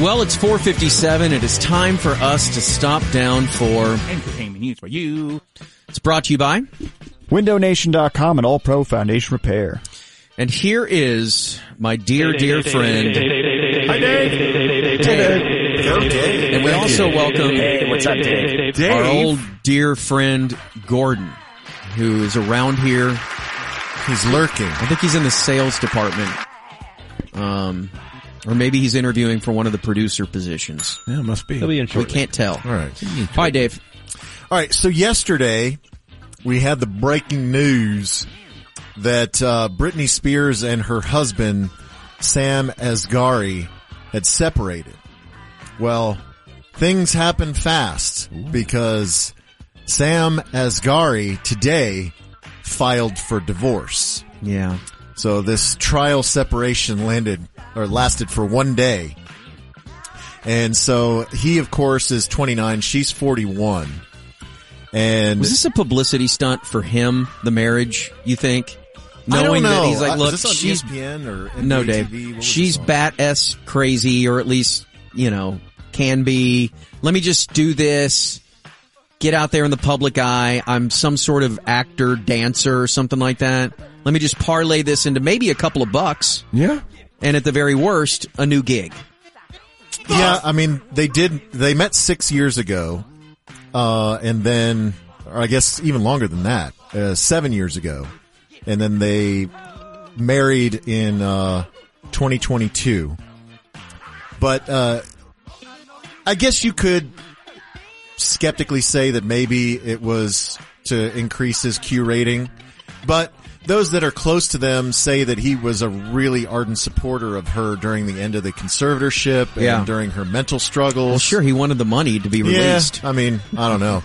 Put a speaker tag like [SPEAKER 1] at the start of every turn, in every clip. [SPEAKER 1] Well, it's 4:57. It is time for us to stop down for.
[SPEAKER 2] Entertainment news for you.
[SPEAKER 1] It's brought to you by,
[SPEAKER 3] WindowNation.com and All Pro Foundation Repair.
[SPEAKER 1] and here is my dear, dear friend,
[SPEAKER 4] Hi, Dave.
[SPEAKER 1] and we also welcome
[SPEAKER 4] what's up, Dave?
[SPEAKER 1] our old dear friend Gordon, who is around here.
[SPEAKER 5] He's lurking.
[SPEAKER 1] I think he's in the sales department, um, or maybe he's interviewing for one of the producer positions.
[SPEAKER 5] Yeah, it must be.
[SPEAKER 6] He'll be in
[SPEAKER 1] We
[SPEAKER 6] shortly.
[SPEAKER 1] can't tell.
[SPEAKER 5] All right.
[SPEAKER 1] Hi, Dave.
[SPEAKER 5] All right. So yesterday we had the breaking news that uh, Britney Spears and her husband Sam Asghari had separated. Well, things happen fast because Sam Asghari today filed for divorce.
[SPEAKER 1] Yeah.
[SPEAKER 5] So this trial separation landed or lasted for one day. And so he of course is 29, she's 41. And
[SPEAKER 1] Was this a publicity stunt for him, the marriage, you think? Knowing
[SPEAKER 5] I don't know.
[SPEAKER 1] that he's
[SPEAKER 5] Uh,
[SPEAKER 1] like,
[SPEAKER 5] is
[SPEAKER 1] look,
[SPEAKER 5] this on
[SPEAKER 1] she's,
[SPEAKER 5] ESPN or NBA
[SPEAKER 1] no,
[SPEAKER 5] TV? What
[SPEAKER 1] Dave,
[SPEAKER 5] was
[SPEAKER 1] she's
[SPEAKER 5] this on?
[SPEAKER 1] bat S crazy, or at least, you know, can be. Let me just do this. Get out there in the public eye. I'm some sort of actor, dancer, or something like that. Let me just parlay this into maybe a couple of bucks,
[SPEAKER 5] Yeah.
[SPEAKER 1] and at the very worst, a new gig.
[SPEAKER 5] Yeah, I mean, they did, they met six years ago, uh, and then, or I guess even longer than that, uh, seven years ago. And then they married in, uh, 2022. But, uh, I guess you could skeptically say that maybe it was to increase his Q rating, but those that are close to them say that he was a really ardent supporter of her during the end of the conservatorship and
[SPEAKER 1] Yeah.
[SPEAKER 5] during her mental struggles.
[SPEAKER 1] Well, sure, he wanted the money to be released.
[SPEAKER 5] Yeah, I mean, I don't know.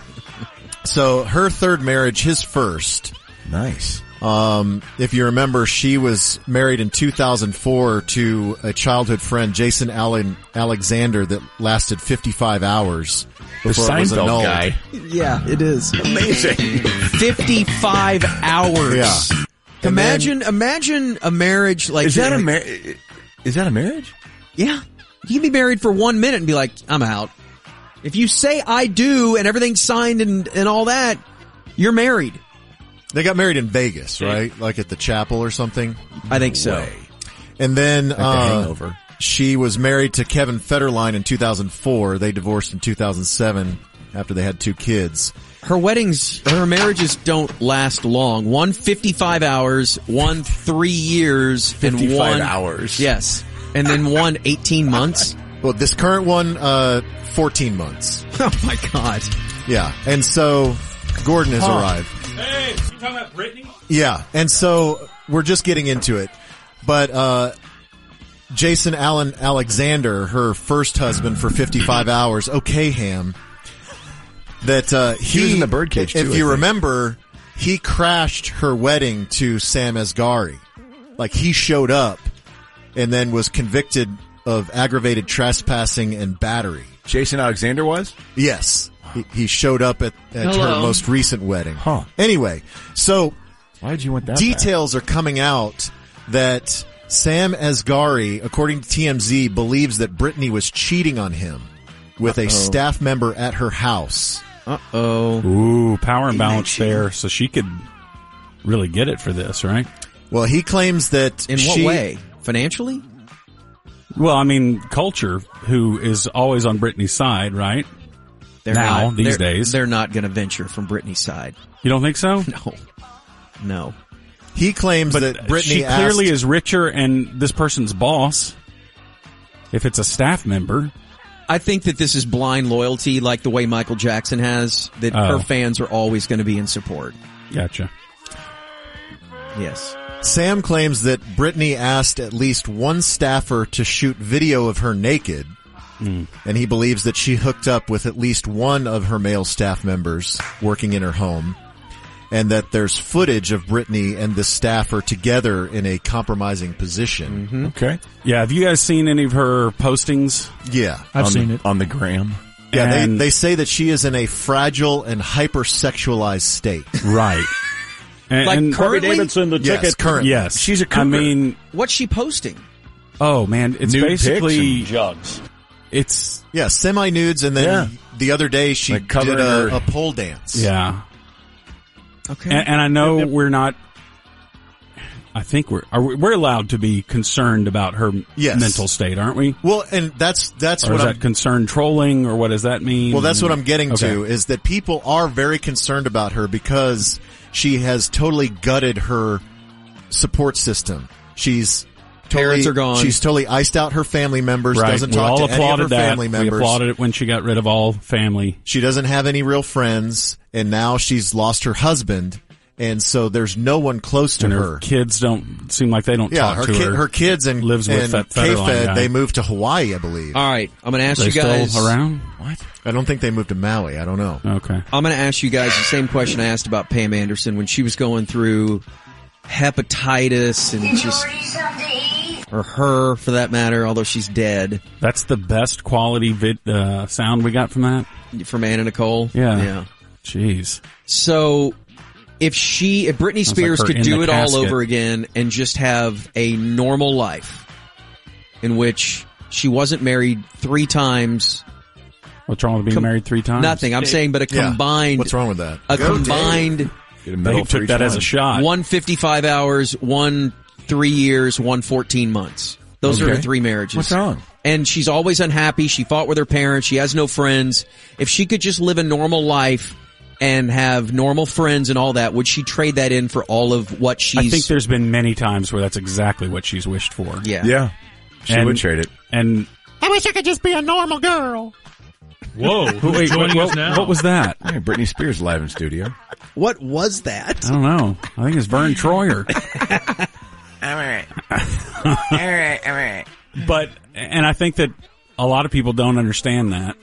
[SPEAKER 5] so her third marriage, his first.
[SPEAKER 3] Nice.
[SPEAKER 5] Um, if you remember, she was married in 2004 to a childhood friend, Jason Allen Alexander, that lasted 55 hours
[SPEAKER 4] The
[SPEAKER 5] before it was
[SPEAKER 4] Seinfeld
[SPEAKER 5] annulled.
[SPEAKER 4] guy.
[SPEAKER 1] Yeah, it is.
[SPEAKER 4] Amazing.
[SPEAKER 1] 55 hours.
[SPEAKER 5] Yeah. And then-
[SPEAKER 1] Imagine, imagine a marriage like
[SPEAKER 6] Is that a mar- Is that a marriage?
[SPEAKER 1] Yeah. You can be married for one minute and be like, I'm out. If you say I do and everything's signed and, and all that, you're married.
[SPEAKER 5] They got married in Vegas, right? Like at the chapel or something.
[SPEAKER 1] I think so.
[SPEAKER 5] And then
[SPEAKER 6] The
[SPEAKER 5] uh,
[SPEAKER 6] hangover.
[SPEAKER 5] she was married to Kevin Federline in 2004. They divorced in 2007 after they had two kids.
[SPEAKER 1] Her weddings, her marriages don't last long. One 55 hours, one three years, and
[SPEAKER 6] 55
[SPEAKER 1] one
[SPEAKER 6] hours.
[SPEAKER 1] Yes. And then one 18 months.
[SPEAKER 5] Well, this current one, uh, 14 months.
[SPEAKER 1] Oh my God.
[SPEAKER 5] Yeah. And so Gordon has arrived.
[SPEAKER 7] Hey, you talking about Brittany?
[SPEAKER 5] Yeah, and so we're just getting into it, but uh, Jason Allen Alexander, her first husband for 55 hours, okay, Ham. That uh, he,
[SPEAKER 3] He was in the birdcage, too,
[SPEAKER 5] If
[SPEAKER 3] I
[SPEAKER 5] you
[SPEAKER 3] think.
[SPEAKER 5] remember, he crashed her wedding to Sam Asghari. Like he showed up and then was convicted of aggravated trespassing and battery.
[SPEAKER 6] Jason Alexander was?
[SPEAKER 5] Yes. He, he showed up at, at her
[SPEAKER 8] Hello.
[SPEAKER 5] most recent wedding.
[SPEAKER 3] Huh.
[SPEAKER 5] Anyway, so
[SPEAKER 3] Why'd you want that?
[SPEAKER 5] details are coming out that Sam Asghari, according to TMZ, believes that Brittany was cheating on him with a staff member at her house.
[SPEAKER 1] Uh oh.
[SPEAKER 7] Ooh, power imbalance there, so she could really get it for this, right?
[SPEAKER 5] Well, he claims that
[SPEAKER 1] In what
[SPEAKER 5] she-
[SPEAKER 1] way? Financially?
[SPEAKER 7] Well, I mean, culture, who is always on Brittany's side, right?
[SPEAKER 1] They're
[SPEAKER 7] Now,
[SPEAKER 1] they're-
[SPEAKER 7] these days.
[SPEAKER 1] They're not going to venture from Brittany's side.
[SPEAKER 7] You don't think so?
[SPEAKER 1] No. No.
[SPEAKER 5] he claims
[SPEAKER 7] But
[SPEAKER 5] that Brittany
[SPEAKER 7] she clearly
[SPEAKER 5] asked,
[SPEAKER 7] is richer, and this person's boss, if it's a staff member,
[SPEAKER 1] I think that this is blind loyalty, like the way Michael Jackson has, that her
[SPEAKER 7] Oh.
[SPEAKER 1] fans are always going to be in support.
[SPEAKER 7] gotcha.
[SPEAKER 1] Yes.
[SPEAKER 5] Sam claims that Brittany asked at least one staffer to shoot video of her naked.
[SPEAKER 7] Hmm.
[SPEAKER 5] And he believes that she hooked up with at least one of her male staff members working in her home. And that there's footage of Brittany and the staffer together in a compromising position.
[SPEAKER 7] Mm-hmm.
[SPEAKER 6] Okay.
[SPEAKER 7] Yeah, have you guys seen any of her postings?
[SPEAKER 5] Yeah.
[SPEAKER 6] I've
[SPEAKER 3] seen
[SPEAKER 6] it. On the gram.
[SPEAKER 5] Yeah, they,
[SPEAKER 7] And-
[SPEAKER 5] they say that she is in a fragile and hypersexualized state.
[SPEAKER 7] Right. And,
[SPEAKER 1] Like
[SPEAKER 7] and-
[SPEAKER 1] Currently-
[SPEAKER 4] Davidson, the
[SPEAKER 5] yes,
[SPEAKER 4] ticket.
[SPEAKER 5] currently.
[SPEAKER 7] yes,
[SPEAKER 6] She's a
[SPEAKER 7] I
[SPEAKER 6] cougar.
[SPEAKER 7] mean,
[SPEAKER 1] What's she posting?
[SPEAKER 7] oh man, it's
[SPEAKER 6] Nude pics
[SPEAKER 7] basically
[SPEAKER 4] and jugs.
[SPEAKER 7] It's
[SPEAKER 5] Yeah, semi nudes, and then the other day she
[SPEAKER 6] Like covered
[SPEAKER 5] did a,
[SPEAKER 6] her-
[SPEAKER 5] a pole dance.
[SPEAKER 7] yeah,
[SPEAKER 1] Okay.
[SPEAKER 5] Mm-hmm.
[SPEAKER 7] and, and I know we're not. I think we're are we, we're allowed to be concerned about her
[SPEAKER 5] Yes.
[SPEAKER 7] mental state, aren't we?
[SPEAKER 5] Well, and that's that's
[SPEAKER 7] Or
[SPEAKER 5] what
[SPEAKER 7] is
[SPEAKER 5] I'm
[SPEAKER 7] that concerned trolling, or what does that mean?
[SPEAKER 5] Well, that's what I'm getting to
[SPEAKER 7] Okay.
[SPEAKER 5] is that people are very concerned about her because she has totally gutted her support system. She's totally,
[SPEAKER 1] Parents are gone.
[SPEAKER 5] She's totally iced out her family members.
[SPEAKER 7] Right.
[SPEAKER 5] Doesn't
[SPEAKER 7] we
[SPEAKER 5] talk
[SPEAKER 7] all
[SPEAKER 5] to any of
[SPEAKER 7] applauded
[SPEAKER 5] her
[SPEAKER 7] that.
[SPEAKER 5] family members.
[SPEAKER 7] We applauded it when she got rid of all family.
[SPEAKER 5] She doesn't have any real friends, and now she's lost her husband, and so there's no one close to
[SPEAKER 7] And
[SPEAKER 5] her.
[SPEAKER 7] her, kids don't seem like they don't
[SPEAKER 5] yeah,
[SPEAKER 7] talk
[SPEAKER 5] her,
[SPEAKER 7] to
[SPEAKER 5] ki-
[SPEAKER 7] her.
[SPEAKER 5] her kids and
[SPEAKER 7] lives with
[SPEAKER 5] and
[SPEAKER 7] that Federline
[SPEAKER 5] K-Fed,
[SPEAKER 7] guy.
[SPEAKER 5] They moved to Hawaii, I believe.
[SPEAKER 1] All right, I'm going to ask
[SPEAKER 7] They
[SPEAKER 1] you guys.
[SPEAKER 7] still around?
[SPEAKER 6] What?
[SPEAKER 5] I don't think they moved to Maui. I don't know.
[SPEAKER 7] Okay.
[SPEAKER 1] I'm going to ask you guys the same question I asked about Pam Anderson when she was going through hepatitis and just or her for that matter, although she's dead
[SPEAKER 7] That's the best quality vid, uh, sound we got from that.
[SPEAKER 1] from Anna Nicole.
[SPEAKER 7] Yeah.
[SPEAKER 1] Yeah.
[SPEAKER 7] Jeez.
[SPEAKER 1] So if she, if Britney
[SPEAKER 7] like
[SPEAKER 1] Spears
[SPEAKER 7] her
[SPEAKER 1] could
[SPEAKER 7] in
[SPEAKER 1] do
[SPEAKER 7] the
[SPEAKER 1] it all
[SPEAKER 7] casket.
[SPEAKER 1] over again and just have a normal life in which she wasn't married three times,
[SPEAKER 7] What's wrong with being
[SPEAKER 1] Com-
[SPEAKER 7] married three times?
[SPEAKER 1] nothing. I'm saying, but a
[SPEAKER 5] Yeah.
[SPEAKER 1] combined,
[SPEAKER 5] What's wrong with that?
[SPEAKER 1] a
[SPEAKER 5] Go, Dave.
[SPEAKER 1] combined
[SPEAKER 6] Get a
[SPEAKER 7] They
[SPEAKER 6] medal for
[SPEAKER 7] took
[SPEAKER 6] each
[SPEAKER 7] that as
[SPEAKER 6] one.
[SPEAKER 7] a shot.
[SPEAKER 1] one 55 hours, one three years, one 14 months. Those are her
[SPEAKER 6] Okay.
[SPEAKER 1] three marriages.
[SPEAKER 6] What's wrong?
[SPEAKER 1] And she's always unhappy. She fought with her parents. She has no friends. If she could just live a normal life and have normal friends and all that, would she trade that in for all of what she's?
[SPEAKER 7] I think there's been many times where that's exactly what she's wished for.
[SPEAKER 1] yeah.
[SPEAKER 6] Yeah. She
[SPEAKER 7] And-
[SPEAKER 6] would trade it.
[SPEAKER 7] And
[SPEAKER 2] I wish I could just be a normal girl.
[SPEAKER 7] whoa, wait,
[SPEAKER 4] Oh, joining
[SPEAKER 7] what,
[SPEAKER 4] us now?
[SPEAKER 7] what was that? I
[SPEAKER 6] Hey, Britney Spears live in studio.
[SPEAKER 1] What was that?
[SPEAKER 7] don't know. I think it's Vern Troyer.
[SPEAKER 8] All right. all right, all right.
[SPEAKER 7] but and I think that a lot of people don't understand that.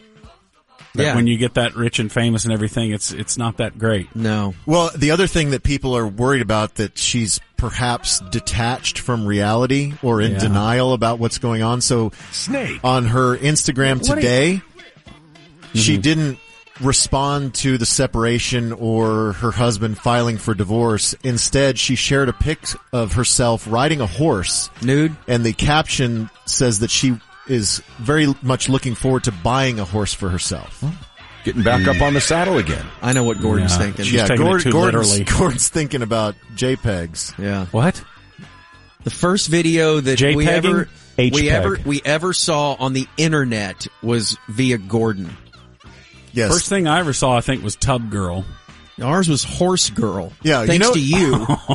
[SPEAKER 7] That
[SPEAKER 1] Yeah.
[SPEAKER 7] when you get that rich and famous and everything, it's it's not that great.
[SPEAKER 1] No.
[SPEAKER 5] Well, the other thing that people are worried about that she's perhaps detached from reality or in
[SPEAKER 7] Yeah.
[SPEAKER 5] denial about what's going on. So
[SPEAKER 6] Snake.
[SPEAKER 5] on her Instagram
[SPEAKER 6] What are
[SPEAKER 5] today,
[SPEAKER 7] Mm-hmm.
[SPEAKER 5] she didn't respond to the separation or her husband filing for divorce. Instead, she shared a pic of herself riding a horse
[SPEAKER 1] Nude.
[SPEAKER 5] and the caption says that she is very much looking forward to buying a horse for herself.
[SPEAKER 6] Getting back up on the saddle again.
[SPEAKER 1] I know what Gordon's
[SPEAKER 7] Yeah.
[SPEAKER 1] thinking.
[SPEAKER 7] She's taking it too
[SPEAKER 5] Gordon's,
[SPEAKER 7] literally.
[SPEAKER 5] Gordon's thinking about JPEGs.
[SPEAKER 1] Yeah.
[SPEAKER 7] What?
[SPEAKER 1] The first video that we
[SPEAKER 7] JPEGing?
[SPEAKER 1] ever we
[SPEAKER 7] HPEG.
[SPEAKER 1] ever we ever saw on the internet was via Gordon.
[SPEAKER 5] Yes.
[SPEAKER 7] First thing I ever saw, I think, was Tub Girl.
[SPEAKER 1] Ours was Horse Girl.
[SPEAKER 5] Yeah, you
[SPEAKER 1] Thanks
[SPEAKER 5] know- Oh,
[SPEAKER 1] to you.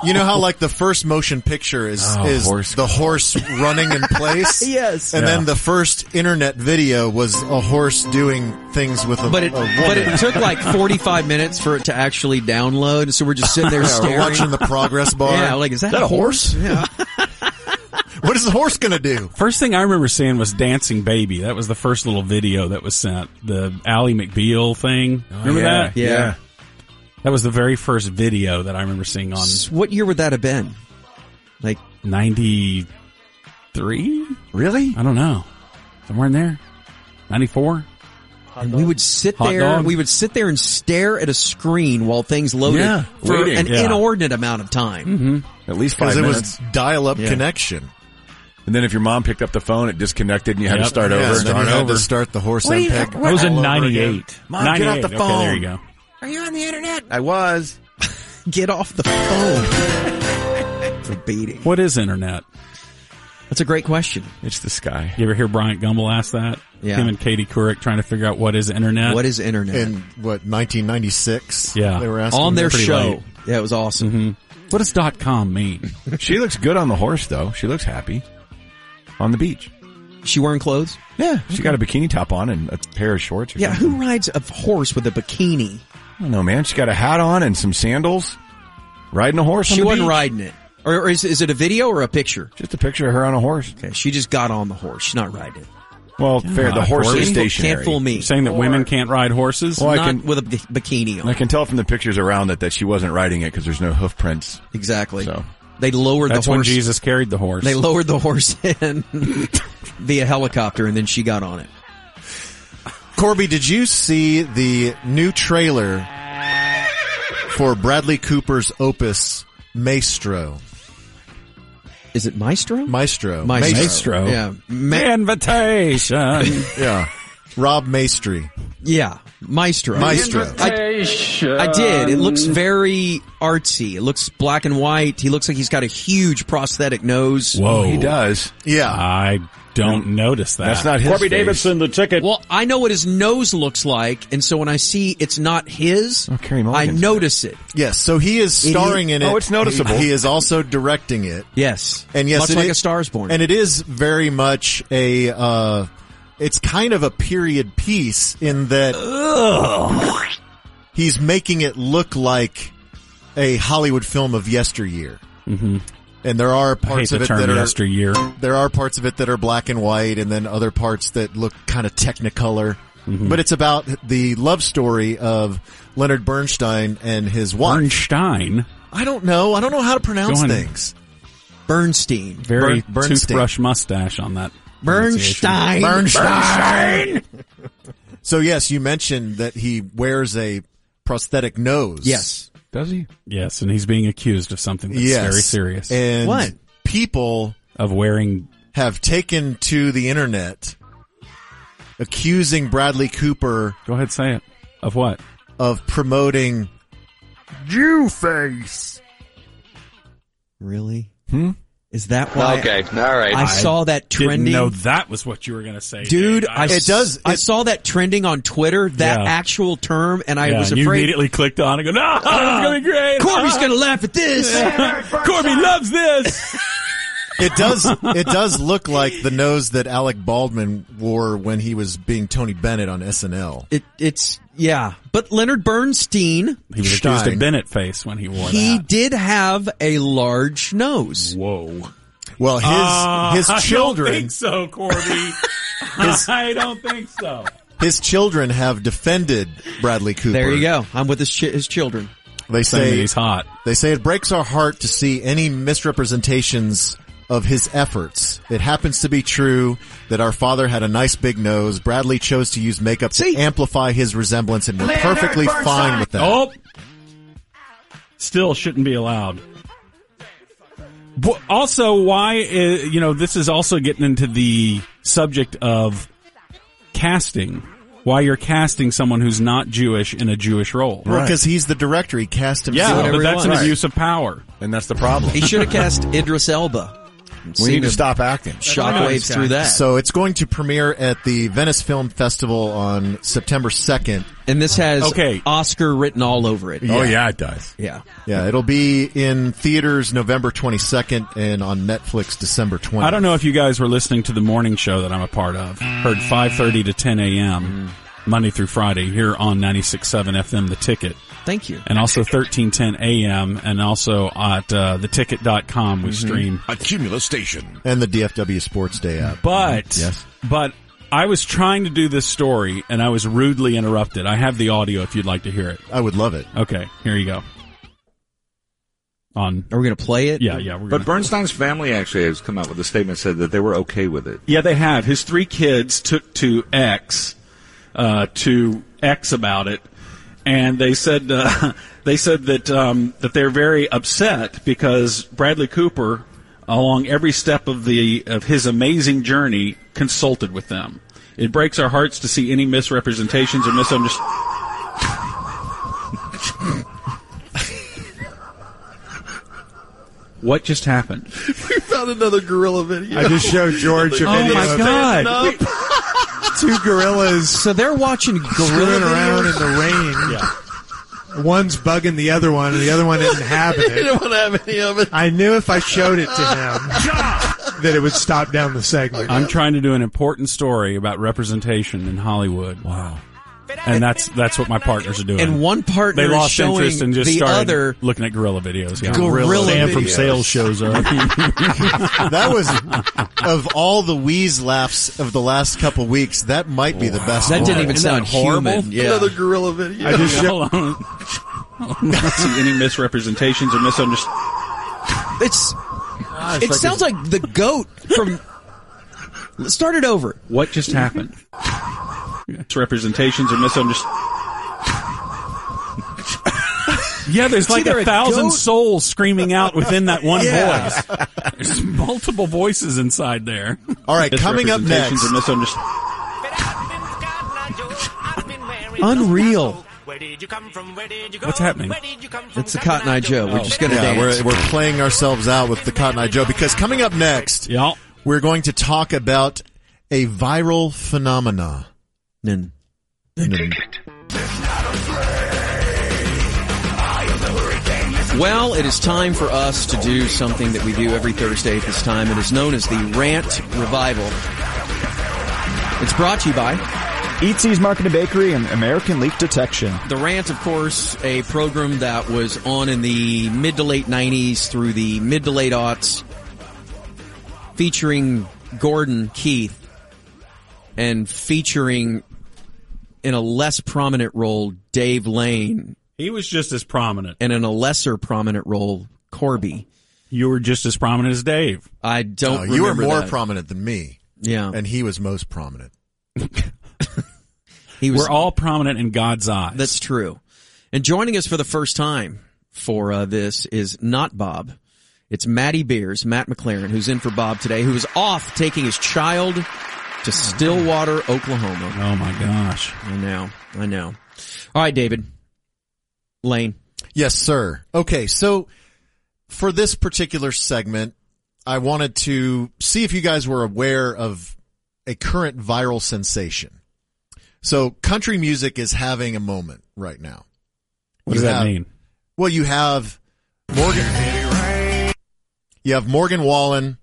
[SPEAKER 5] you know how like the first motion picture is
[SPEAKER 7] Oh,
[SPEAKER 5] is
[SPEAKER 6] horse.
[SPEAKER 5] the horse running in place?
[SPEAKER 1] Yes.
[SPEAKER 5] And
[SPEAKER 7] Yeah.
[SPEAKER 5] then the first internet video was a horse doing things with a,
[SPEAKER 1] But it
[SPEAKER 5] a woman.
[SPEAKER 1] but it took like 45 minutes for it to actually download. So we're just sitting there
[SPEAKER 5] yeah, we're
[SPEAKER 1] staring.
[SPEAKER 5] watching the progress bar.
[SPEAKER 1] yeah, like is that, a horse? Yeah.
[SPEAKER 5] what is the horse going to do?
[SPEAKER 7] First thing I remember seeing was Dancing Baby. That was the first little video that was sent. The Ally McBeal thing.
[SPEAKER 8] Oh,
[SPEAKER 7] remember
[SPEAKER 6] yeah.
[SPEAKER 7] that?
[SPEAKER 1] Yeah.
[SPEAKER 7] That was the very first video that I remember seeing on
[SPEAKER 1] S- What year would that have been? Like
[SPEAKER 7] 93?
[SPEAKER 6] Really?
[SPEAKER 7] I don't know. Somewhere in there. 94?
[SPEAKER 1] and we would sit
[SPEAKER 7] Hot
[SPEAKER 1] there,
[SPEAKER 7] dog?
[SPEAKER 1] we would sit there and stare at a screen while things loaded
[SPEAKER 6] Yeah,
[SPEAKER 1] for
[SPEAKER 6] waiting.
[SPEAKER 1] an
[SPEAKER 7] Yeah.
[SPEAKER 1] inordinate amount of time.
[SPEAKER 7] Mm-hmm.
[SPEAKER 6] At least
[SPEAKER 5] Because
[SPEAKER 6] five
[SPEAKER 5] it
[SPEAKER 6] minutes.
[SPEAKER 5] was dial up
[SPEAKER 1] Yeah.
[SPEAKER 5] connection.
[SPEAKER 6] and then if your mom picked up the phone, it disconnected and you had
[SPEAKER 7] Yep.
[SPEAKER 6] to start
[SPEAKER 5] Yeah,
[SPEAKER 6] over.
[SPEAKER 5] and then you
[SPEAKER 7] Start
[SPEAKER 5] had to
[SPEAKER 7] over.
[SPEAKER 5] start the horse
[SPEAKER 6] What do you-
[SPEAKER 5] unpack.
[SPEAKER 6] what- That was in
[SPEAKER 5] all over again.
[SPEAKER 6] Mom, get off the
[SPEAKER 7] 98.
[SPEAKER 6] phone.
[SPEAKER 7] Okay, there you go.
[SPEAKER 6] Are you on the internet? I was.
[SPEAKER 1] Get off the phone for beating.
[SPEAKER 7] What is internet?
[SPEAKER 1] That's a great question.
[SPEAKER 6] It's the sky.
[SPEAKER 7] You ever hear Bryant Gumbel ask that?
[SPEAKER 1] Yeah.
[SPEAKER 7] Him and Katie Couric trying to figure out what is internet.
[SPEAKER 1] What is internet?
[SPEAKER 5] In what 1996?
[SPEAKER 7] Yeah.
[SPEAKER 5] they were asking
[SPEAKER 1] On their
[SPEAKER 5] that.
[SPEAKER 7] pretty
[SPEAKER 1] show.
[SPEAKER 7] late.
[SPEAKER 1] Yeah, it was awesome.
[SPEAKER 7] Mm-hmm. what does dot com mean?
[SPEAKER 6] She looks good on the horse, though. She looks happy on the beach.
[SPEAKER 1] She wearing clothes?
[SPEAKER 6] Yeah, she got a bikini top on and a pair of shorts. Or
[SPEAKER 1] Yeah,
[SPEAKER 6] something.
[SPEAKER 1] who rides a horse with a bikini?
[SPEAKER 6] I don't know, man. She got a hat on and some sandals, riding a horse. on
[SPEAKER 1] She
[SPEAKER 6] the
[SPEAKER 1] wasn't
[SPEAKER 6] beach.
[SPEAKER 1] riding it. Or, or is, is it a video or a picture?
[SPEAKER 6] Just a picture of her on a horse.
[SPEAKER 1] Okay, she just got on the horse. She's not riding it.
[SPEAKER 6] Well, fair. The
[SPEAKER 7] God,
[SPEAKER 6] horse
[SPEAKER 1] Can't
[SPEAKER 6] is
[SPEAKER 1] fool-
[SPEAKER 6] stationary.
[SPEAKER 1] Can't fool me.
[SPEAKER 7] You're saying that women can't ride horses?
[SPEAKER 6] Well, I
[SPEAKER 1] not
[SPEAKER 6] can-
[SPEAKER 1] with a b- bikini on.
[SPEAKER 6] I can tell from the pictures around it that she wasn't riding it because there's no hoof prints.
[SPEAKER 1] exactly.
[SPEAKER 6] So.
[SPEAKER 1] They lowered
[SPEAKER 7] That's
[SPEAKER 1] the
[SPEAKER 7] when
[SPEAKER 1] horse.
[SPEAKER 7] Jesus carried the horse.
[SPEAKER 1] They lowered the horse in via helicopter, and then she got on it.
[SPEAKER 5] Corby, did you see the new trailer for Bradley Cooper's opus Maestro?
[SPEAKER 1] Is it Maestro?
[SPEAKER 5] Maestro.
[SPEAKER 1] Maestro.
[SPEAKER 7] Maestro.
[SPEAKER 1] Yeah. Ma-
[SPEAKER 7] Invitation.
[SPEAKER 5] Yeah. Rob Maestri.
[SPEAKER 1] yeah. Maestro.
[SPEAKER 5] Maestro.
[SPEAKER 1] I, I did. It looks very artsy. It looks black and white. He looks like he's got a huge prosthetic nose.
[SPEAKER 7] Whoa.
[SPEAKER 6] He does.
[SPEAKER 5] Yeah.
[SPEAKER 7] I don't notice that.
[SPEAKER 6] That's not his. face.
[SPEAKER 9] Ah. the ticket.
[SPEAKER 1] Well, I know what his nose looks like, and so when I see it's not his,
[SPEAKER 6] Oh, Carey
[SPEAKER 1] I
[SPEAKER 6] Mulligan's
[SPEAKER 1] notice it.
[SPEAKER 5] Yes. So he is starring in it.
[SPEAKER 6] Oh, it's noticeable.
[SPEAKER 5] He, he is also directing it.
[SPEAKER 1] Yes.
[SPEAKER 5] And yes,
[SPEAKER 1] Much
[SPEAKER 5] it
[SPEAKER 1] like
[SPEAKER 5] is-
[SPEAKER 1] a Star's Born.
[SPEAKER 5] And it is very much a. Uh, it's kind of a period piece in that he's making it look like a Hollywood film of yesteryear. Mm-hmm. And there are
[SPEAKER 7] I hate
[SPEAKER 5] parts
[SPEAKER 7] the
[SPEAKER 5] of it
[SPEAKER 7] term
[SPEAKER 5] that are
[SPEAKER 7] yesteryear.
[SPEAKER 5] there are parts of it that are black and white, and then other parts that look kind of technicolor.
[SPEAKER 7] Mm-hmm.
[SPEAKER 5] But it's about the love story of Leonard Bernstein and his wife.
[SPEAKER 7] Bernstein.
[SPEAKER 5] I don't know. I don't know how to pronounce
[SPEAKER 7] Go on.
[SPEAKER 5] things.
[SPEAKER 1] Bernstein.
[SPEAKER 7] Very
[SPEAKER 5] Bern- Bernstein.
[SPEAKER 7] toothbrush mustache on that.
[SPEAKER 1] Bernstein.
[SPEAKER 5] Bernstein. so yes, you mentioned that he wears a prosthetic nose.
[SPEAKER 1] Yes.
[SPEAKER 6] Does he?
[SPEAKER 7] Yes, and he's being accused of something that's
[SPEAKER 5] Yes.
[SPEAKER 7] very serious.
[SPEAKER 5] And
[SPEAKER 1] What?
[SPEAKER 5] people
[SPEAKER 7] of wearing
[SPEAKER 5] have taken to the internet accusing Bradley Cooper
[SPEAKER 7] Go ahead, say it. Of what?
[SPEAKER 5] of promoting you face.
[SPEAKER 1] Really?
[SPEAKER 6] Hmm?
[SPEAKER 1] Is that why?
[SPEAKER 10] Okay, all right.
[SPEAKER 1] I saw that
[SPEAKER 7] Didn't
[SPEAKER 1] trending.
[SPEAKER 7] know that was what you were going to say,
[SPEAKER 1] Dude,
[SPEAKER 7] Dave.
[SPEAKER 1] I,
[SPEAKER 5] It
[SPEAKER 1] s-
[SPEAKER 5] does-
[SPEAKER 1] I
[SPEAKER 5] it-
[SPEAKER 1] saw that trending on Twitter, that
[SPEAKER 7] Yeah.
[SPEAKER 1] actual term, and I
[SPEAKER 7] Yeah,
[SPEAKER 1] was
[SPEAKER 7] and you
[SPEAKER 1] afraid
[SPEAKER 7] immediately clicked on and go, no,
[SPEAKER 5] Ah!
[SPEAKER 7] it's going to be great. Ah!
[SPEAKER 1] Corby's gonna laugh at this.
[SPEAKER 7] Corby loves this.
[SPEAKER 5] It does. It does look like the nose that Alec Baldwin wore when he was being Tony Bennett on SNL.
[SPEAKER 1] It, it's yeah, but Leonard Bernstein,
[SPEAKER 7] He was
[SPEAKER 5] Stein.
[SPEAKER 7] accused of Bennett face when he wore
[SPEAKER 1] he
[SPEAKER 7] that.
[SPEAKER 1] did have a large nose.
[SPEAKER 7] Whoa. Ah,
[SPEAKER 5] Well, his his
[SPEAKER 7] Uh, I don't
[SPEAKER 5] children
[SPEAKER 7] think so, Corby. I don't think so.
[SPEAKER 5] his children have defended Bradley Cooper.
[SPEAKER 1] There you go. I'm with his chi- his children.
[SPEAKER 5] They
[SPEAKER 7] Saying that
[SPEAKER 5] say
[SPEAKER 7] he's hot.
[SPEAKER 5] they say it breaks our heart to see any misrepresentations of his efforts. It happens to be true that our father had a nice big nose. Bradley chose to use makeup
[SPEAKER 1] See?
[SPEAKER 5] to amplify his resemblance, and we're perfectly fine with that.
[SPEAKER 7] Oh. Still shouldn't be allowed. But also, why, uh, you know, this is also getting into the subject of casting. Why you're casting someone who's not Jewish in a Jewish role.
[SPEAKER 5] because he's the director. He cast himself.
[SPEAKER 7] Yeah,
[SPEAKER 1] whatever
[SPEAKER 7] but
[SPEAKER 1] he
[SPEAKER 7] that's an
[SPEAKER 1] wants.
[SPEAKER 7] abuse of power.
[SPEAKER 6] And that's the problem.
[SPEAKER 1] He should have cast Idris Elba.
[SPEAKER 6] we need to stop acting.
[SPEAKER 1] shockwaves through that.
[SPEAKER 5] So it's going to premiere at the Venice Film Festival on September 2nd.
[SPEAKER 1] and this has
[SPEAKER 7] Okay.
[SPEAKER 1] Oscar written all over it.
[SPEAKER 6] Oh yeah, it does.
[SPEAKER 1] Yeah.
[SPEAKER 5] Yeah, it'll be in theaters November 22nd and on Netflix December 20th.
[SPEAKER 7] I don't know if you guys were listening to the morning show that I'm a part of. Heard 5:30 to 10 a.m. Monday through Friday here on 96.7 FM The Ticket
[SPEAKER 1] Thank you.
[SPEAKER 7] and also 13:10 a.m. and also at uh, theticket.com we stream.
[SPEAKER 9] A Cumulus station.
[SPEAKER 5] And the DFW Sports Day app.
[SPEAKER 7] But
[SPEAKER 6] Yes.
[SPEAKER 7] but I was trying to do this story and I was rudely interrupted. I have the audio if you'd like to hear it.
[SPEAKER 5] I would love it.
[SPEAKER 7] Okay, here you go. On
[SPEAKER 1] Are we gonna play it?
[SPEAKER 7] yeah, yeah, we're
[SPEAKER 10] But
[SPEAKER 7] gonna-
[SPEAKER 10] Bernstein's family actually has come out with a statement said that they were okay with it.
[SPEAKER 7] Yeah, they have. His three kids took to X, uh, to X about it, and they said uh, they said that um, that they're very upset because Bradley Cooper, along every step of the of his amazing journey, consulted with them. It breaks our hearts to see any misrepresentations or misunderstandings. What just happened?
[SPEAKER 10] Found another gorilla video.
[SPEAKER 6] I just showed George a
[SPEAKER 7] Oh
[SPEAKER 6] video
[SPEAKER 7] my
[SPEAKER 6] of
[SPEAKER 7] god!
[SPEAKER 6] two gorillas
[SPEAKER 1] So they're watching
[SPEAKER 6] screwing
[SPEAKER 1] Gorilla.
[SPEAKER 6] around in the rain. One's bugging the other one, and the other one didn't have it.
[SPEAKER 10] don't want to have any of it.
[SPEAKER 9] I knew if I showed it to him that it would stop down the segment.
[SPEAKER 7] I'm trying to do an important story about representation in Hollywood. Wow. And that's that's what my partners are doing.
[SPEAKER 1] And one partner
[SPEAKER 7] they
[SPEAKER 1] is
[SPEAKER 7] lost
[SPEAKER 1] showing
[SPEAKER 7] interest and just
[SPEAKER 1] the
[SPEAKER 7] started
[SPEAKER 1] other
[SPEAKER 7] looking at gorilla videos. Yeah.
[SPEAKER 1] gorilla
[SPEAKER 9] Sam from
[SPEAKER 1] videos.
[SPEAKER 9] sales shows up.
[SPEAKER 5] That was, of all the wheeze laughs of the last couple weeks, that might be the best
[SPEAKER 1] That didn't
[SPEAKER 5] one.
[SPEAKER 1] even
[SPEAKER 7] Isn't that
[SPEAKER 1] sound
[SPEAKER 7] horrible?
[SPEAKER 1] human. Yeah.
[SPEAKER 10] gorilla video.
[SPEAKER 9] I just showed.
[SPEAKER 7] Hold on. Not see any misrepresentations or misunderstandings.
[SPEAKER 1] It's
[SPEAKER 7] Ah,
[SPEAKER 1] it sounds like the goat from Start it over.
[SPEAKER 7] What just happened? Misrepresentations or misunderstandings. Yeah, there's
[SPEAKER 11] It's
[SPEAKER 7] like
[SPEAKER 11] either
[SPEAKER 7] a
[SPEAKER 11] a
[SPEAKER 7] thousand
[SPEAKER 11] goat-
[SPEAKER 7] souls screaming out within that one
[SPEAKER 11] Yeah.
[SPEAKER 7] voice. There's multiple voices inside there.
[SPEAKER 5] All right, coming up
[SPEAKER 7] Misrepresentations
[SPEAKER 5] next-
[SPEAKER 7] and misunderstandings.
[SPEAKER 1] Unreal.
[SPEAKER 7] What's happening?
[SPEAKER 5] It's the Cotton Eye Joe.
[SPEAKER 1] We're just gonna dance.
[SPEAKER 5] We're, we're playing ourselves out with the Cotton Eye Joe because coming up next, we're going to talk about a viral phenomena.
[SPEAKER 1] Nin. Well, it is time for us to do something that we do every Thursday at this time. It is known as the Rant Revival. It's brought to you by
[SPEAKER 3] Eatsy's Market and Bakery and American Leak Detection.
[SPEAKER 1] The Rant, of course, a program that was on in the mid to late 90s through the mid to late aughts, featuring Gordon Keith and featuring, in a less prominent role, Dave Lane.
[SPEAKER 7] He was just as prominent.
[SPEAKER 1] And in a lesser prominent role, Corby.
[SPEAKER 7] You were just as prominent as Dave.
[SPEAKER 1] I don't
[SPEAKER 5] No, Uh, you were
[SPEAKER 1] remember
[SPEAKER 5] more
[SPEAKER 1] that.
[SPEAKER 5] prominent than me.
[SPEAKER 1] Yeah.
[SPEAKER 5] And he was most prominent.
[SPEAKER 1] He was,
[SPEAKER 7] We're all prominent in God's eyes.
[SPEAKER 1] That's true. And joining us for the first time for uh, this is not Bob. It's Matty Beers, Matt McLaren, who's in for Bob today, who is off taking his child to Stillwater, Oklahoma.
[SPEAKER 7] Oh my gosh.
[SPEAKER 1] I know. I know. All right, David. Lane.
[SPEAKER 5] Yes, sir. Okay, so for this particular segment, I wanted to see if you guys were aware of a current viral sensation. So country music is having a moment right now.
[SPEAKER 7] What does
[SPEAKER 5] You
[SPEAKER 7] that
[SPEAKER 5] have-
[SPEAKER 7] mean?
[SPEAKER 5] Well, you have Morgan. You have Morgan Wallen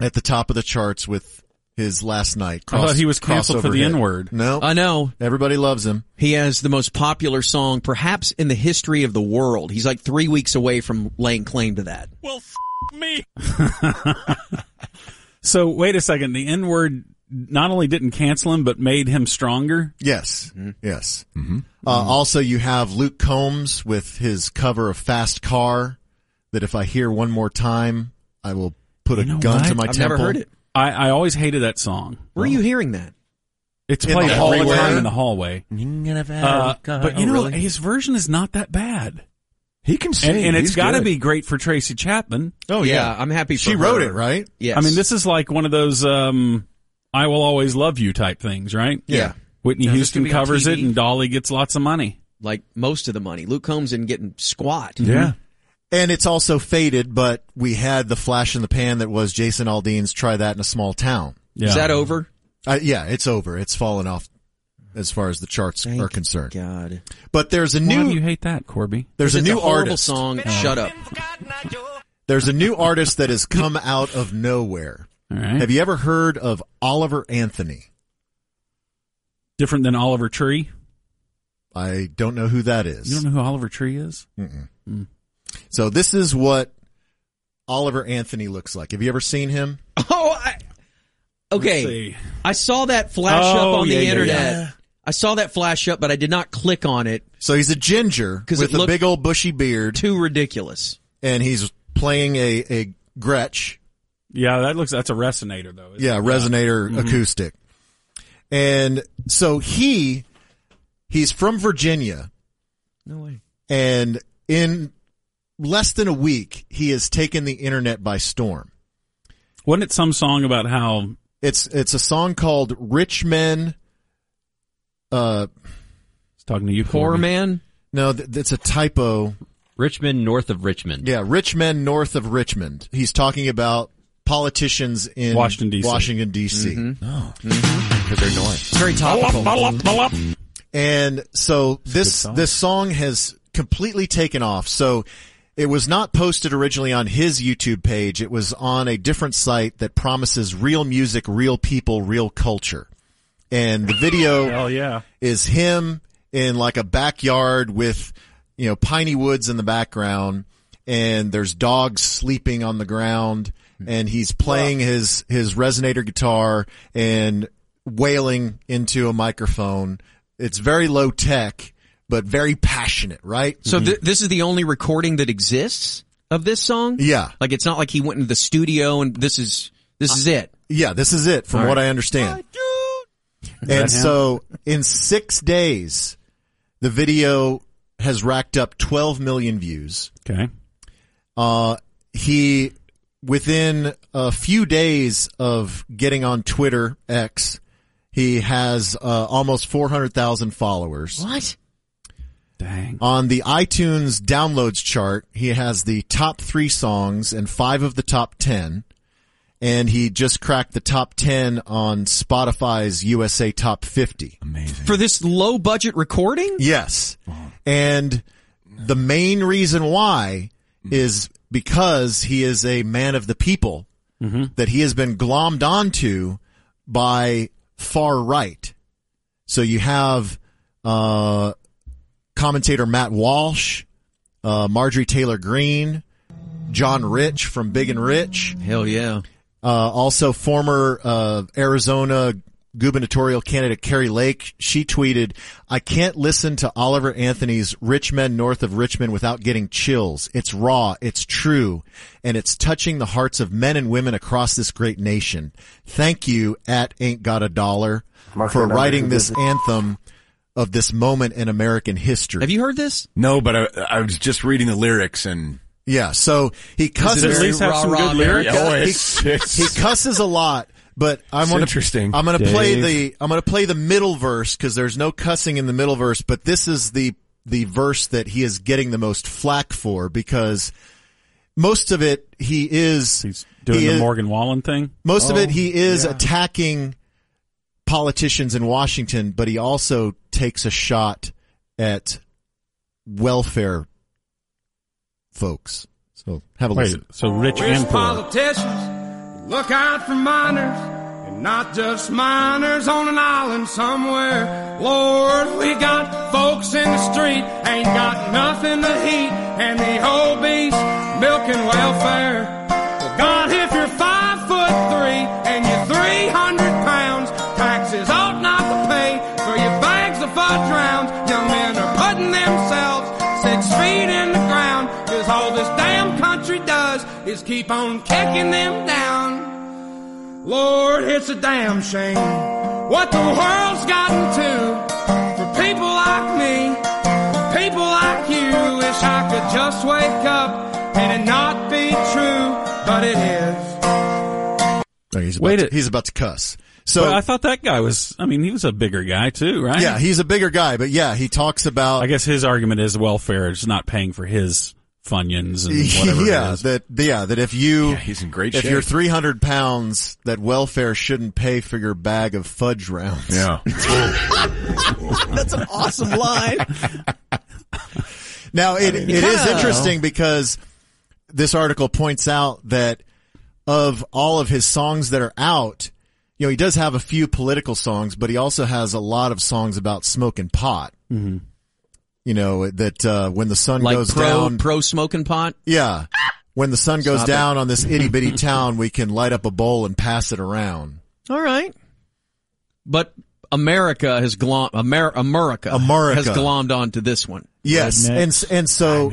[SPEAKER 5] at the top of the charts with his last night.
[SPEAKER 1] I thought he was canceled for
[SPEAKER 5] crossover
[SPEAKER 1] the
[SPEAKER 5] hit.
[SPEAKER 1] N-word.
[SPEAKER 5] No,
[SPEAKER 1] I know.
[SPEAKER 5] Everybody loves him.
[SPEAKER 1] He has the most popular song, perhaps in the history of the world. He's like three weeks away from laying claim to that.
[SPEAKER 7] Well, me. So wait a second. The N word not only didn't cancel him, but made him stronger.
[SPEAKER 5] Yes.
[SPEAKER 1] Mm-hmm.
[SPEAKER 5] Yes.
[SPEAKER 7] Mm-hmm.
[SPEAKER 5] Uh, also, you have Luke Combs with his cover of Fast Car. That if I hear one more time, I will put a gun to my temple.
[SPEAKER 7] I, I always hated that song.
[SPEAKER 1] Where are you hearing that?
[SPEAKER 7] It's
[SPEAKER 5] In
[SPEAKER 7] played
[SPEAKER 5] the
[SPEAKER 7] all the
[SPEAKER 5] hallway?
[SPEAKER 7] time in the hallway. Uh, but you know, his version is not that bad.
[SPEAKER 6] He can
[SPEAKER 7] And,
[SPEAKER 6] sing.
[SPEAKER 7] and it's
[SPEAKER 6] He's
[SPEAKER 7] got to
[SPEAKER 6] good.
[SPEAKER 7] be great for Tracy Chapman.
[SPEAKER 5] Oh
[SPEAKER 1] yeah. Yeah, I'm happy for She wrote her. it, right? Yes.
[SPEAKER 7] I mean, this is like one of those um, "I will always love you" type things, right?
[SPEAKER 1] Yeah.
[SPEAKER 7] Whitney
[SPEAKER 1] Yeah, this could
[SPEAKER 7] Houston
[SPEAKER 1] be on
[SPEAKER 7] covers it,
[SPEAKER 1] TV.
[SPEAKER 7] and Dolly gets lots of money.
[SPEAKER 1] Like most of the money. Luke Combs isn't getting squat.
[SPEAKER 5] And it's also faded, but we had the flash in the pan that was Jason Aldean's "Try That in a Small Town."
[SPEAKER 1] Is that over?
[SPEAKER 5] Uh, yeah, it's over. It's fallen off as far as the charts are concerned.
[SPEAKER 1] God.
[SPEAKER 5] But there's a
[SPEAKER 7] Why
[SPEAKER 5] new
[SPEAKER 7] do you hate that, Corby?
[SPEAKER 5] There's a
[SPEAKER 1] It's
[SPEAKER 5] new
[SPEAKER 1] horrible
[SPEAKER 5] artist.
[SPEAKER 1] song. Shut up.
[SPEAKER 5] There's a new artist that has come out of nowhere.
[SPEAKER 7] All right.
[SPEAKER 5] Have you ever heard of Oliver Anthony?
[SPEAKER 7] Different than Oliver Tree.
[SPEAKER 5] I don't know who that is.
[SPEAKER 7] You don't know who Oliver Tree is?
[SPEAKER 5] Mm-mm. So this is what Oliver Anthony looks like. Have you ever seen him?
[SPEAKER 1] Oh, I,
[SPEAKER 5] Let's
[SPEAKER 1] okay.
[SPEAKER 5] see.
[SPEAKER 1] I saw that flash
[SPEAKER 5] Oh,
[SPEAKER 1] up on
[SPEAKER 5] yeah,
[SPEAKER 1] the
[SPEAKER 5] yeah,
[SPEAKER 1] internet.
[SPEAKER 5] yeah.
[SPEAKER 1] I saw that flash up, but I did not click on it.
[SPEAKER 5] So he's a ginger
[SPEAKER 1] 'Cause
[SPEAKER 5] with
[SPEAKER 1] it
[SPEAKER 5] a
[SPEAKER 1] looked
[SPEAKER 5] big old bushy beard.
[SPEAKER 1] Too ridiculous.
[SPEAKER 5] And he's playing a, a Gretsch.
[SPEAKER 7] Yeah, that looks. That's a resonator, though. isn't
[SPEAKER 5] Yeah,
[SPEAKER 7] it?
[SPEAKER 5] resonator
[SPEAKER 7] Mhm.
[SPEAKER 5] acoustic. And so he he's from Virginia.
[SPEAKER 1] No way.
[SPEAKER 5] And in less than a week, he has taken the internet by storm.
[SPEAKER 7] Wasn't it some song about how
[SPEAKER 5] It's it's a song called Rich Men uh
[SPEAKER 7] talking to you
[SPEAKER 1] Poor Corby. man?
[SPEAKER 5] No, th- it's a typo.
[SPEAKER 12] Richmond, north of Richmond.
[SPEAKER 5] Yeah, rich men north of Richmond. He's talking about politicians in
[SPEAKER 12] Washington, D.C..
[SPEAKER 5] Washington D.C.
[SPEAKER 12] Oh.
[SPEAKER 5] Mm-hmm. because they're north.
[SPEAKER 1] It's very topical.
[SPEAKER 5] And so this this song has completely taken off. So it was not posted originally on his YouTube page. It was on a different site that promises real music, real people, real culture. And the video
[SPEAKER 7] Hell yeah.
[SPEAKER 5] is him in like a backyard with you know piney woods in the background and there's dogs sleeping on the ground and he's playing his his resonator guitar and wailing into a microphone it's very low tech but very passionate right
[SPEAKER 1] So th- this is the only recording that exists of this song.
[SPEAKER 5] Yeah.
[SPEAKER 1] Like it's not like he went into the studio and this is this is it.
[SPEAKER 5] yeah this is it from
[SPEAKER 1] All
[SPEAKER 5] what
[SPEAKER 1] right.
[SPEAKER 5] i understand
[SPEAKER 1] that
[SPEAKER 5] and
[SPEAKER 1] him?
[SPEAKER 5] so in 6 days the video has racked up 12 million views.
[SPEAKER 7] Okay.
[SPEAKER 5] Uh, he, within a few days of getting on Twitter X, he has uh, almost 400,000 followers.
[SPEAKER 11] What?
[SPEAKER 7] Dang.
[SPEAKER 5] On the iTunes downloads chart, he has the top three songs and five of the top 10. And he just cracked the top 10 on Spotify's USA Top 50.
[SPEAKER 1] For this low budget recording?
[SPEAKER 5] Yes. And the main reason why is because he is a man of the people that he has been glommed onto by far right. So you have uh, commentator Matt Walsh, uh, Marjorie Taylor Greene, John Rich from Big and Rich.
[SPEAKER 1] Hell yeah.
[SPEAKER 5] Uh, also, former uh, Arizona gubernatorial candidate Carrie Lake, she tweeted, I can't listen to Oliver Anthony's Rich Men North of Richmond without getting chills. It's raw, it's true, and it's touching the hearts of men and women across this great nation. Thank you at Ain't Got a Dollar
[SPEAKER 6] My
[SPEAKER 5] for
[SPEAKER 6] friend, I'm
[SPEAKER 5] writing this
[SPEAKER 6] busy.
[SPEAKER 5] anthem of this moment in American history. Have
[SPEAKER 1] you heard this?
[SPEAKER 6] No, but I, I was just reading the lyrics and
[SPEAKER 5] Yeah, so he cusses.
[SPEAKER 6] Does it at least have some Rah-rah good lyrics? America? Oh, it's-
[SPEAKER 5] He-
[SPEAKER 6] it's-
[SPEAKER 5] he, cusses a lot, but I'm
[SPEAKER 6] It's
[SPEAKER 5] gonna
[SPEAKER 6] interesting,
[SPEAKER 5] I'm gonna play
[SPEAKER 6] Dave.
[SPEAKER 5] the I'm gonna play the middle verse because there's no cussing in the middle verse, but this is the the verse that he is getting the most flack for because most of it he is he's
[SPEAKER 7] Doing the Oh, Morgan Wallen thing.
[SPEAKER 5] most of it, he is attacking politicians in Washington, but he also takes a shot at welfare folks. So have a
[SPEAKER 7] Wait,
[SPEAKER 5] listen.
[SPEAKER 7] so rich
[SPEAKER 13] Rich politicians look out for miners and not just miners on an island somewhere. Lord, we got folks in the street ain't got nothing to eat and the obese milking welfare. Well, God, if you're five foot three and you're 300 pounds, taxes ought not to pay for your bags of fudge rounds. Young men are putting themselves six feet in the ground. Cause all this damn country does is keep on kicking them down. Lord, it's a damn shame what the world's gotten to for people like me. People like you wish I could just wake up and it not be true, but it is.
[SPEAKER 5] No, he's about
[SPEAKER 7] Wait
[SPEAKER 5] to,
[SPEAKER 7] a-
[SPEAKER 5] he's about to cuss. So
[SPEAKER 7] But I thought that guy was. I mean, he was a bigger guy too, right?
[SPEAKER 5] Yeah, he's a bigger guy, but yeah, he talks about.
[SPEAKER 7] I guess his argument is welfare is not paying for his funyuns and whatever. it
[SPEAKER 5] yeah,
[SPEAKER 7] is.
[SPEAKER 5] that yeah, that if you
[SPEAKER 6] he's in great
[SPEAKER 5] if
[SPEAKER 6] shape.
[SPEAKER 5] you're 300 pounds, that welfare shouldn't pay for your bag of fudge rounds.
[SPEAKER 6] Yeah.
[SPEAKER 1] That's an awesome line.
[SPEAKER 5] Now
[SPEAKER 1] I
[SPEAKER 5] it,
[SPEAKER 1] mean,
[SPEAKER 5] it is
[SPEAKER 1] yeah.
[SPEAKER 5] interesting because this article points out that of all of his songs that are out, you know, he does have a few political songs, but he also has a lot of songs about smoking pot. Mm-hmm. You know that uh, when the sun
[SPEAKER 1] Like
[SPEAKER 5] goes
[SPEAKER 1] pro
[SPEAKER 5] down,
[SPEAKER 1] pro smoking pot.
[SPEAKER 5] yeah, when the sun goes
[SPEAKER 1] Stop it.
[SPEAKER 5] down on this itty bitty town, we can light up a bowl and pass it around.
[SPEAKER 1] All right. But America has glom Amer- America,
[SPEAKER 5] America.
[SPEAKER 1] has glommed onto this one.
[SPEAKER 5] Yes, and and so,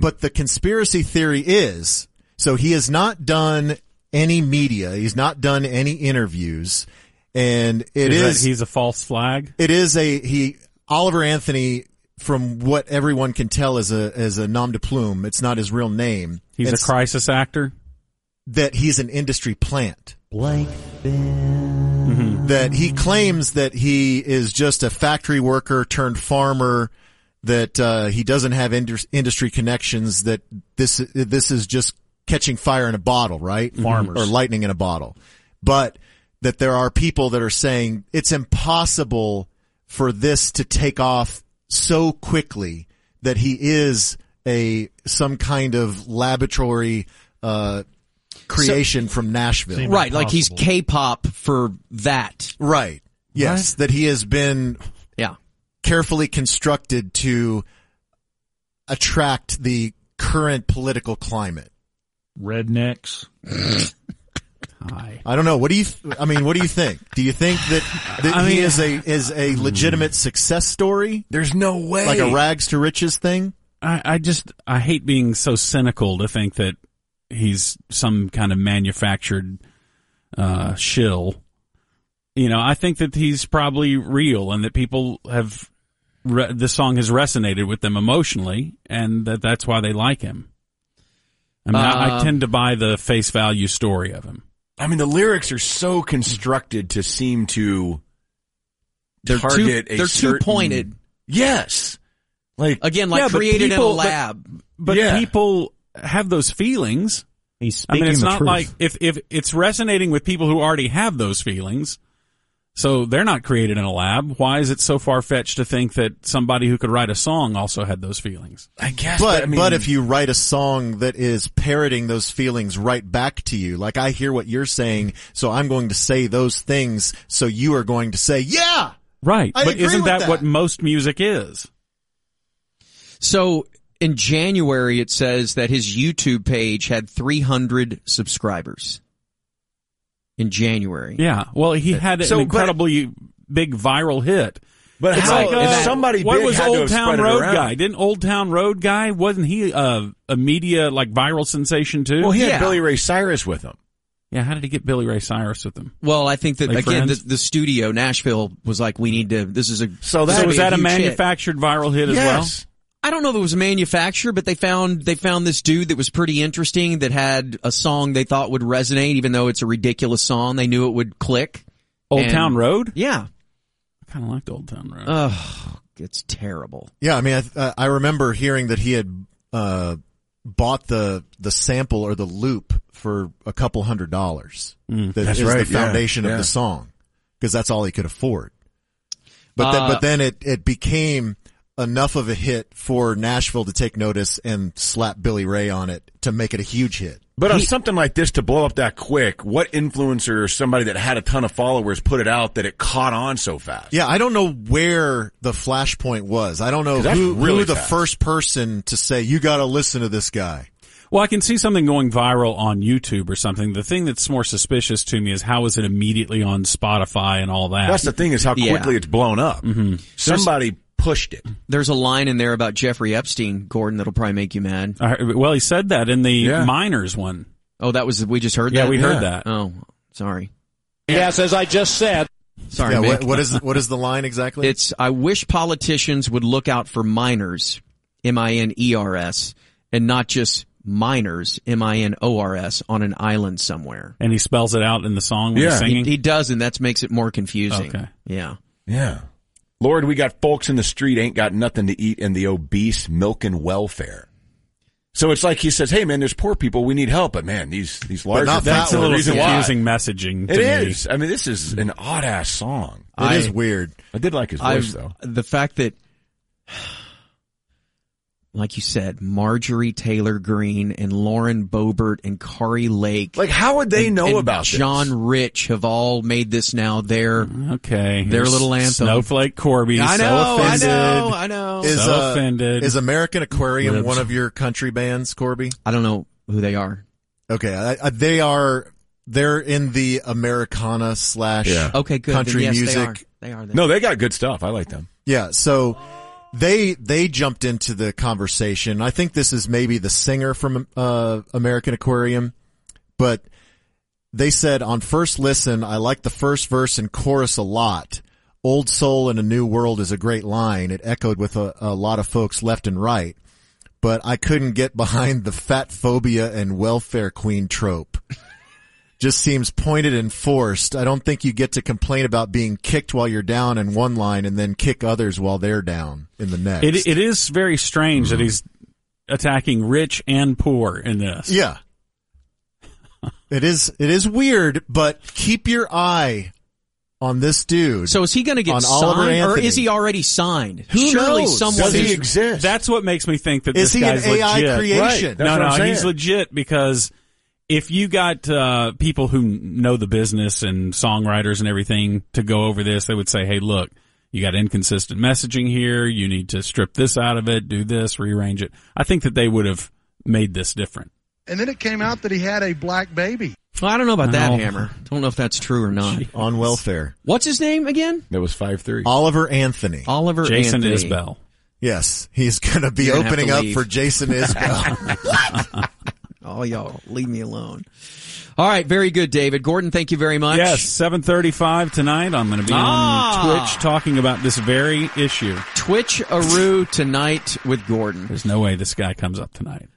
[SPEAKER 5] but the conspiracy theory is so he has not done any media, he's not done any interviews, and it
[SPEAKER 7] Is that-
[SPEAKER 5] is
[SPEAKER 7] he's a false flag.
[SPEAKER 5] it is a he Oliver Anthony, from what everyone can tell, is a is a nom de plume. It's not his real name.
[SPEAKER 7] He's a
[SPEAKER 5] It's
[SPEAKER 7] crisis actor.
[SPEAKER 5] that he's an industry plant. That he claims that he is just a factory worker turned farmer. That uh, he doesn't have indus- industry connections. That this this is just catching fire in a bottle, right?
[SPEAKER 7] Farmers.
[SPEAKER 5] or lightning in a bottle. But that there are people that are saying it's impossible for this to take off so quickly that he is a some kind of laboratory uh, creation from Nashville.
[SPEAKER 1] Right, like he's K-pop for that.
[SPEAKER 5] Right. Yes, that he has been
[SPEAKER 1] yeah
[SPEAKER 5] carefully constructed to attract the current political climate.
[SPEAKER 14] Rednecks.
[SPEAKER 5] I don't know. What do you? I mean, what do you think? Do you think that that
[SPEAKER 14] I
[SPEAKER 5] he
[SPEAKER 14] mean-
[SPEAKER 5] is a is a legitimate success story?
[SPEAKER 6] There's no way,
[SPEAKER 5] like a rags to riches thing.
[SPEAKER 7] I, I just I hate being so cynical to think that he's some kind of manufactured uh, shill. You know, I think that he's probably real and that people have re- this song has resonated with them emotionally, and that that's why they like him. I mean, I, I
[SPEAKER 6] Um,
[SPEAKER 7] tend to buy the face value story of him.
[SPEAKER 6] I mean, the lyrics are so constructed to seem to
[SPEAKER 1] They're too-
[SPEAKER 6] target a
[SPEAKER 1] they're too
[SPEAKER 6] certain-
[SPEAKER 1] pointed.
[SPEAKER 6] Yes, like
[SPEAKER 1] Again, like
[SPEAKER 7] Yeah, but
[SPEAKER 1] created
[SPEAKER 7] people-
[SPEAKER 1] in a
[SPEAKER 7] but-
[SPEAKER 1] lab.
[SPEAKER 7] But
[SPEAKER 1] Yeah.
[SPEAKER 7] people have those feelings.
[SPEAKER 3] He's
[SPEAKER 7] I mean,
[SPEAKER 1] speaking
[SPEAKER 7] it's
[SPEAKER 1] the
[SPEAKER 7] not
[SPEAKER 1] truth.
[SPEAKER 7] like if if it's resonating with people who already have those feelings, so they're not created in a lab. Why is it so far fetched to think that somebody who could write a song also had those feelings?
[SPEAKER 6] I guess,
[SPEAKER 5] but
[SPEAKER 7] but I mean-
[SPEAKER 5] but if you write a song that is parroting those feelings right back to you, like I hear what you're saying, so I'm going to say those things, so you are going to say, yeah,
[SPEAKER 7] right.
[SPEAKER 5] I
[SPEAKER 7] but
[SPEAKER 5] agree
[SPEAKER 7] isn't
[SPEAKER 5] with
[SPEAKER 7] that,
[SPEAKER 5] that.
[SPEAKER 7] what most music is?
[SPEAKER 1] So in January, it says that his YouTube page had 300 subscribers. In January.
[SPEAKER 7] Yeah. Well, he had
[SPEAKER 1] So,
[SPEAKER 7] an
[SPEAKER 1] but-
[SPEAKER 7] incredibly big viral hit.
[SPEAKER 1] But
[SPEAKER 7] It's
[SPEAKER 1] how-
[SPEAKER 7] like, uh,
[SPEAKER 1] and that-
[SPEAKER 6] somebody
[SPEAKER 7] What
[SPEAKER 6] big
[SPEAKER 7] was
[SPEAKER 6] had to
[SPEAKER 7] Old
[SPEAKER 6] have
[SPEAKER 7] Town
[SPEAKER 6] spread it
[SPEAKER 7] Road
[SPEAKER 6] around.
[SPEAKER 7] guy? Didn't Old Town Road guy wasn't he a, a media like viral sensation too?
[SPEAKER 6] Well, he had Billy Ray Cyrus with him.
[SPEAKER 7] Yeah. How did he get Billy Ray Cyrus with him?
[SPEAKER 1] Well, I think that
[SPEAKER 7] Like
[SPEAKER 1] again, the,
[SPEAKER 7] friends?
[SPEAKER 1] the studio Nashville was like, we need to. This is a
[SPEAKER 7] So that-
[SPEAKER 1] this
[SPEAKER 7] So
[SPEAKER 1] would
[SPEAKER 7] was
[SPEAKER 1] be
[SPEAKER 7] that a
[SPEAKER 1] huge hit.
[SPEAKER 7] manufactured viral hit as Yes.
[SPEAKER 1] I don't know if it was a manufacturer, but they found they found this dude that was pretty interesting that had a song they thought would resonate, even though it's a ridiculous song. They knew it would click.
[SPEAKER 7] Old Town Road.
[SPEAKER 1] Yeah.
[SPEAKER 7] I kind of liked Old Town Road.
[SPEAKER 1] Oh, it's terrible.
[SPEAKER 5] Yeah, I mean, I, th- uh, I remember hearing that he had uh, bought the the sample or the loop for a couple hundred dollars.
[SPEAKER 7] Mm.
[SPEAKER 5] That
[SPEAKER 6] That's
[SPEAKER 5] is
[SPEAKER 6] right,
[SPEAKER 5] the
[SPEAKER 6] yeah,
[SPEAKER 5] foundation of
[SPEAKER 6] yeah.
[SPEAKER 5] the song because that's all he could afford. But then,
[SPEAKER 6] Uh,
[SPEAKER 5] but then it it became enough of a hit for Nashville to take notice and slap Billy Ray on it to make it a huge hit.
[SPEAKER 6] But on something like this to blow up that quick, what influencer or somebody that had a ton of followers put it out that it caught on so fast?
[SPEAKER 5] Yeah, I don't know where the flashpoint was. I don't know
[SPEAKER 6] 'Cause that's
[SPEAKER 5] who,
[SPEAKER 6] really
[SPEAKER 5] who the
[SPEAKER 6] fast.
[SPEAKER 5] first person to say you got to listen to this guy.
[SPEAKER 7] Well, I can see something going viral on YouTube or something. The thing that's more suspicious to me is how is it immediately on Spotify and all that.
[SPEAKER 6] That's the thing is how quickly it's blown up.
[SPEAKER 7] Mm-hmm.
[SPEAKER 6] Somebody pushed it.
[SPEAKER 1] There's a line in there about Jeffrey Epstein, Gordon, that'll probably make you mad.
[SPEAKER 7] well, he said that in the
[SPEAKER 1] Yeah.
[SPEAKER 7] minors one.
[SPEAKER 1] Oh, that was we just heard
[SPEAKER 7] Yeah,
[SPEAKER 1] that.
[SPEAKER 7] we heard that.
[SPEAKER 1] Oh, sorry.
[SPEAKER 11] Yes, as I just said.
[SPEAKER 1] Sorry,
[SPEAKER 5] Yeah, what-
[SPEAKER 1] Mick.
[SPEAKER 5] what is what is the line exactly?
[SPEAKER 1] It's I wish politicians would look out for minors, M I N E R S, and not just minors, M I N O R S, on an island somewhere.
[SPEAKER 7] And he spells it out in the song when he's singing.
[SPEAKER 1] He, he does, and that makes it more confusing.
[SPEAKER 7] Mm-hmm. Okay.
[SPEAKER 1] Yeah.
[SPEAKER 6] Yeah. Lord, we got folks in the street ain't got nothing to eat and the obese milking welfare. So it's like he says, "Hey man, there's poor people. We need help." But man, these these larger
[SPEAKER 7] not that
[SPEAKER 6] folks are
[SPEAKER 7] one.
[SPEAKER 6] the
[SPEAKER 7] That's a
[SPEAKER 6] reason
[SPEAKER 7] little
[SPEAKER 6] why.
[SPEAKER 7] confusing messaging
[SPEAKER 6] It
[SPEAKER 7] to me.
[SPEAKER 6] is. I mean, this is an odd ass song. It is
[SPEAKER 1] I-
[SPEAKER 6] I did like his voice
[SPEAKER 1] I've-
[SPEAKER 6] though.
[SPEAKER 1] The fact that, like you said, Marjorie Taylor Greene and Lauren Boebert and Kari Lake,
[SPEAKER 6] Like, how would they
[SPEAKER 1] and-
[SPEAKER 6] know
[SPEAKER 1] and
[SPEAKER 6] about this?
[SPEAKER 1] John Rich have all made this now their
[SPEAKER 7] Mm-hmm. okay
[SPEAKER 1] their little anthem.
[SPEAKER 7] Snowflake Corby.
[SPEAKER 1] I know,
[SPEAKER 7] so
[SPEAKER 1] I
[SPEAKER 7] offended.
[SPEAKER 1] know, I know.
[SPEAKER 5] Is,
[SPEAKER 7] so
[SPEAKER 5] uh,
[SPEAKER 7] offended.
[SPEAKER 5] is American Aquarium
[SPEAKER 7] Ribs.
[SPEAKER 5] one of your country bands, Corby?
[SPEAKER 1] I don't know who they are.
[SPEAKER 5] Okay, I, I, they are. They're in the Americana slash
[SPEAKER 6] Yeah.
[SPEAKER 1] Okay, good. Then
[SPEAKER 5] country
[SPEAKER 1] yes, they
[SPEAKER 5] music.
[SPEAKER 1] are. They are.
[SPEAKER 6] No, they got good stuff. I like them.
[SPEAKER 5] Yeah, so they they jumped into the conversation. I think this is maybe the singer from uh, American Aquarium, but they said on first listen, I like the first verse and chorus a lot. Old Soul in a New World is a great line. It echoed with a, a lot of folks left and right. But I couldn't get behind the fat phobia and welfare queen trope. Just seems pointed and forced. I don't think you get to complain about being kicked while you're down in one line and then kick others while they're down in the next.
[SPEAKER 7] It, it is very strange that he's attacking rich and poor in this.
[SPEAKER 5] Yeah. It is it is weird, but keep your eye on this dude.
[SPEAKER 1] So is he going to get
[SPEAKER 5] on
[SPEAKER 1] signed,
[SPEAKER 5] Oliver
[SPEAKER 1] or
[SPEAKER 5] Anthony.
[SPEAKER 1] is he already signed?
[SPEAKER 5] Who
[SPEAKER 1] Surely
[SPEAKER 5] knows?
[SPEAKER 1] someone
[SPEAKER 5] Does he
[SPEAKER 1] is-
[SPEAKER 6] exist?
[SPEAKER 7] That's what makes me think that
[SPEAKER 5] Is
[SPEAKER 7] this
[SPEAKER 5] he an
[SPEAKER 7] guy's
[SPEAKER 5] AI
[SPEAKER 7] legit.
[SPEAKER 5] creation? Right, that's
[SPEAKER 7] No,
[SPEAKER 5] what
[SPEAKER 7] no,
[SPEAKER 5] I'm
[SPEAKER 7] he's
[SPEAKER 5] saying.
[SPEAKER 7] legit because if you got uh, people who know the business and songwriters and everything to go over this, they would say, "Hey, look, you got inconsistent messaging here. You need to strip this out of it, do this, rearrange it." I think that they would have made this different.
[SPEAKER 15] And then it came out that he had a black baby.
[SPEAKER 1] Well, I don't know about
[SPEAKER 7] I
[SPEAKER 1] that
[SPEAKER 7] know.
[SPEAKER 1] hammer. Don't know if that's true or not.
[SPEAKER 5] on welfare.
[SPEAKER 1] What's his name again?
[SPEAKER 6] That was five three.
[SPEAKER 5] Oliver Anthony.
[SPEAKER 1] Oliver
[SPEAKER 7] Jason
[SPEAKER 1] Anthony.
[SPEAKER 7] Isbell.
[SPEAKER 5] Yes, he's going to be
[SPEAKER 1] You're gonna have
[SPEAKER 5] opening
[SPEAKER 1] to
[SPEAKER 5] up
[SPEAKER 1] leave.
[SPEAKER 5] for Jason Isbell.
[SPEAKER 1] Oh, y'all, leave me alone. All right, very good, David. Gordon, thank you very much.
[SPEAKER 7] Yes, seven thirty-five tonight. I'm going to be
[SPEAKER 1] Ah.
[SPEAKER 7] on Twitch talking about this very issue.
[SPEAKER 1] Twitch Aru tonight with Gordon.
[SPEAKER 7] There's no way this guy comes up tonight.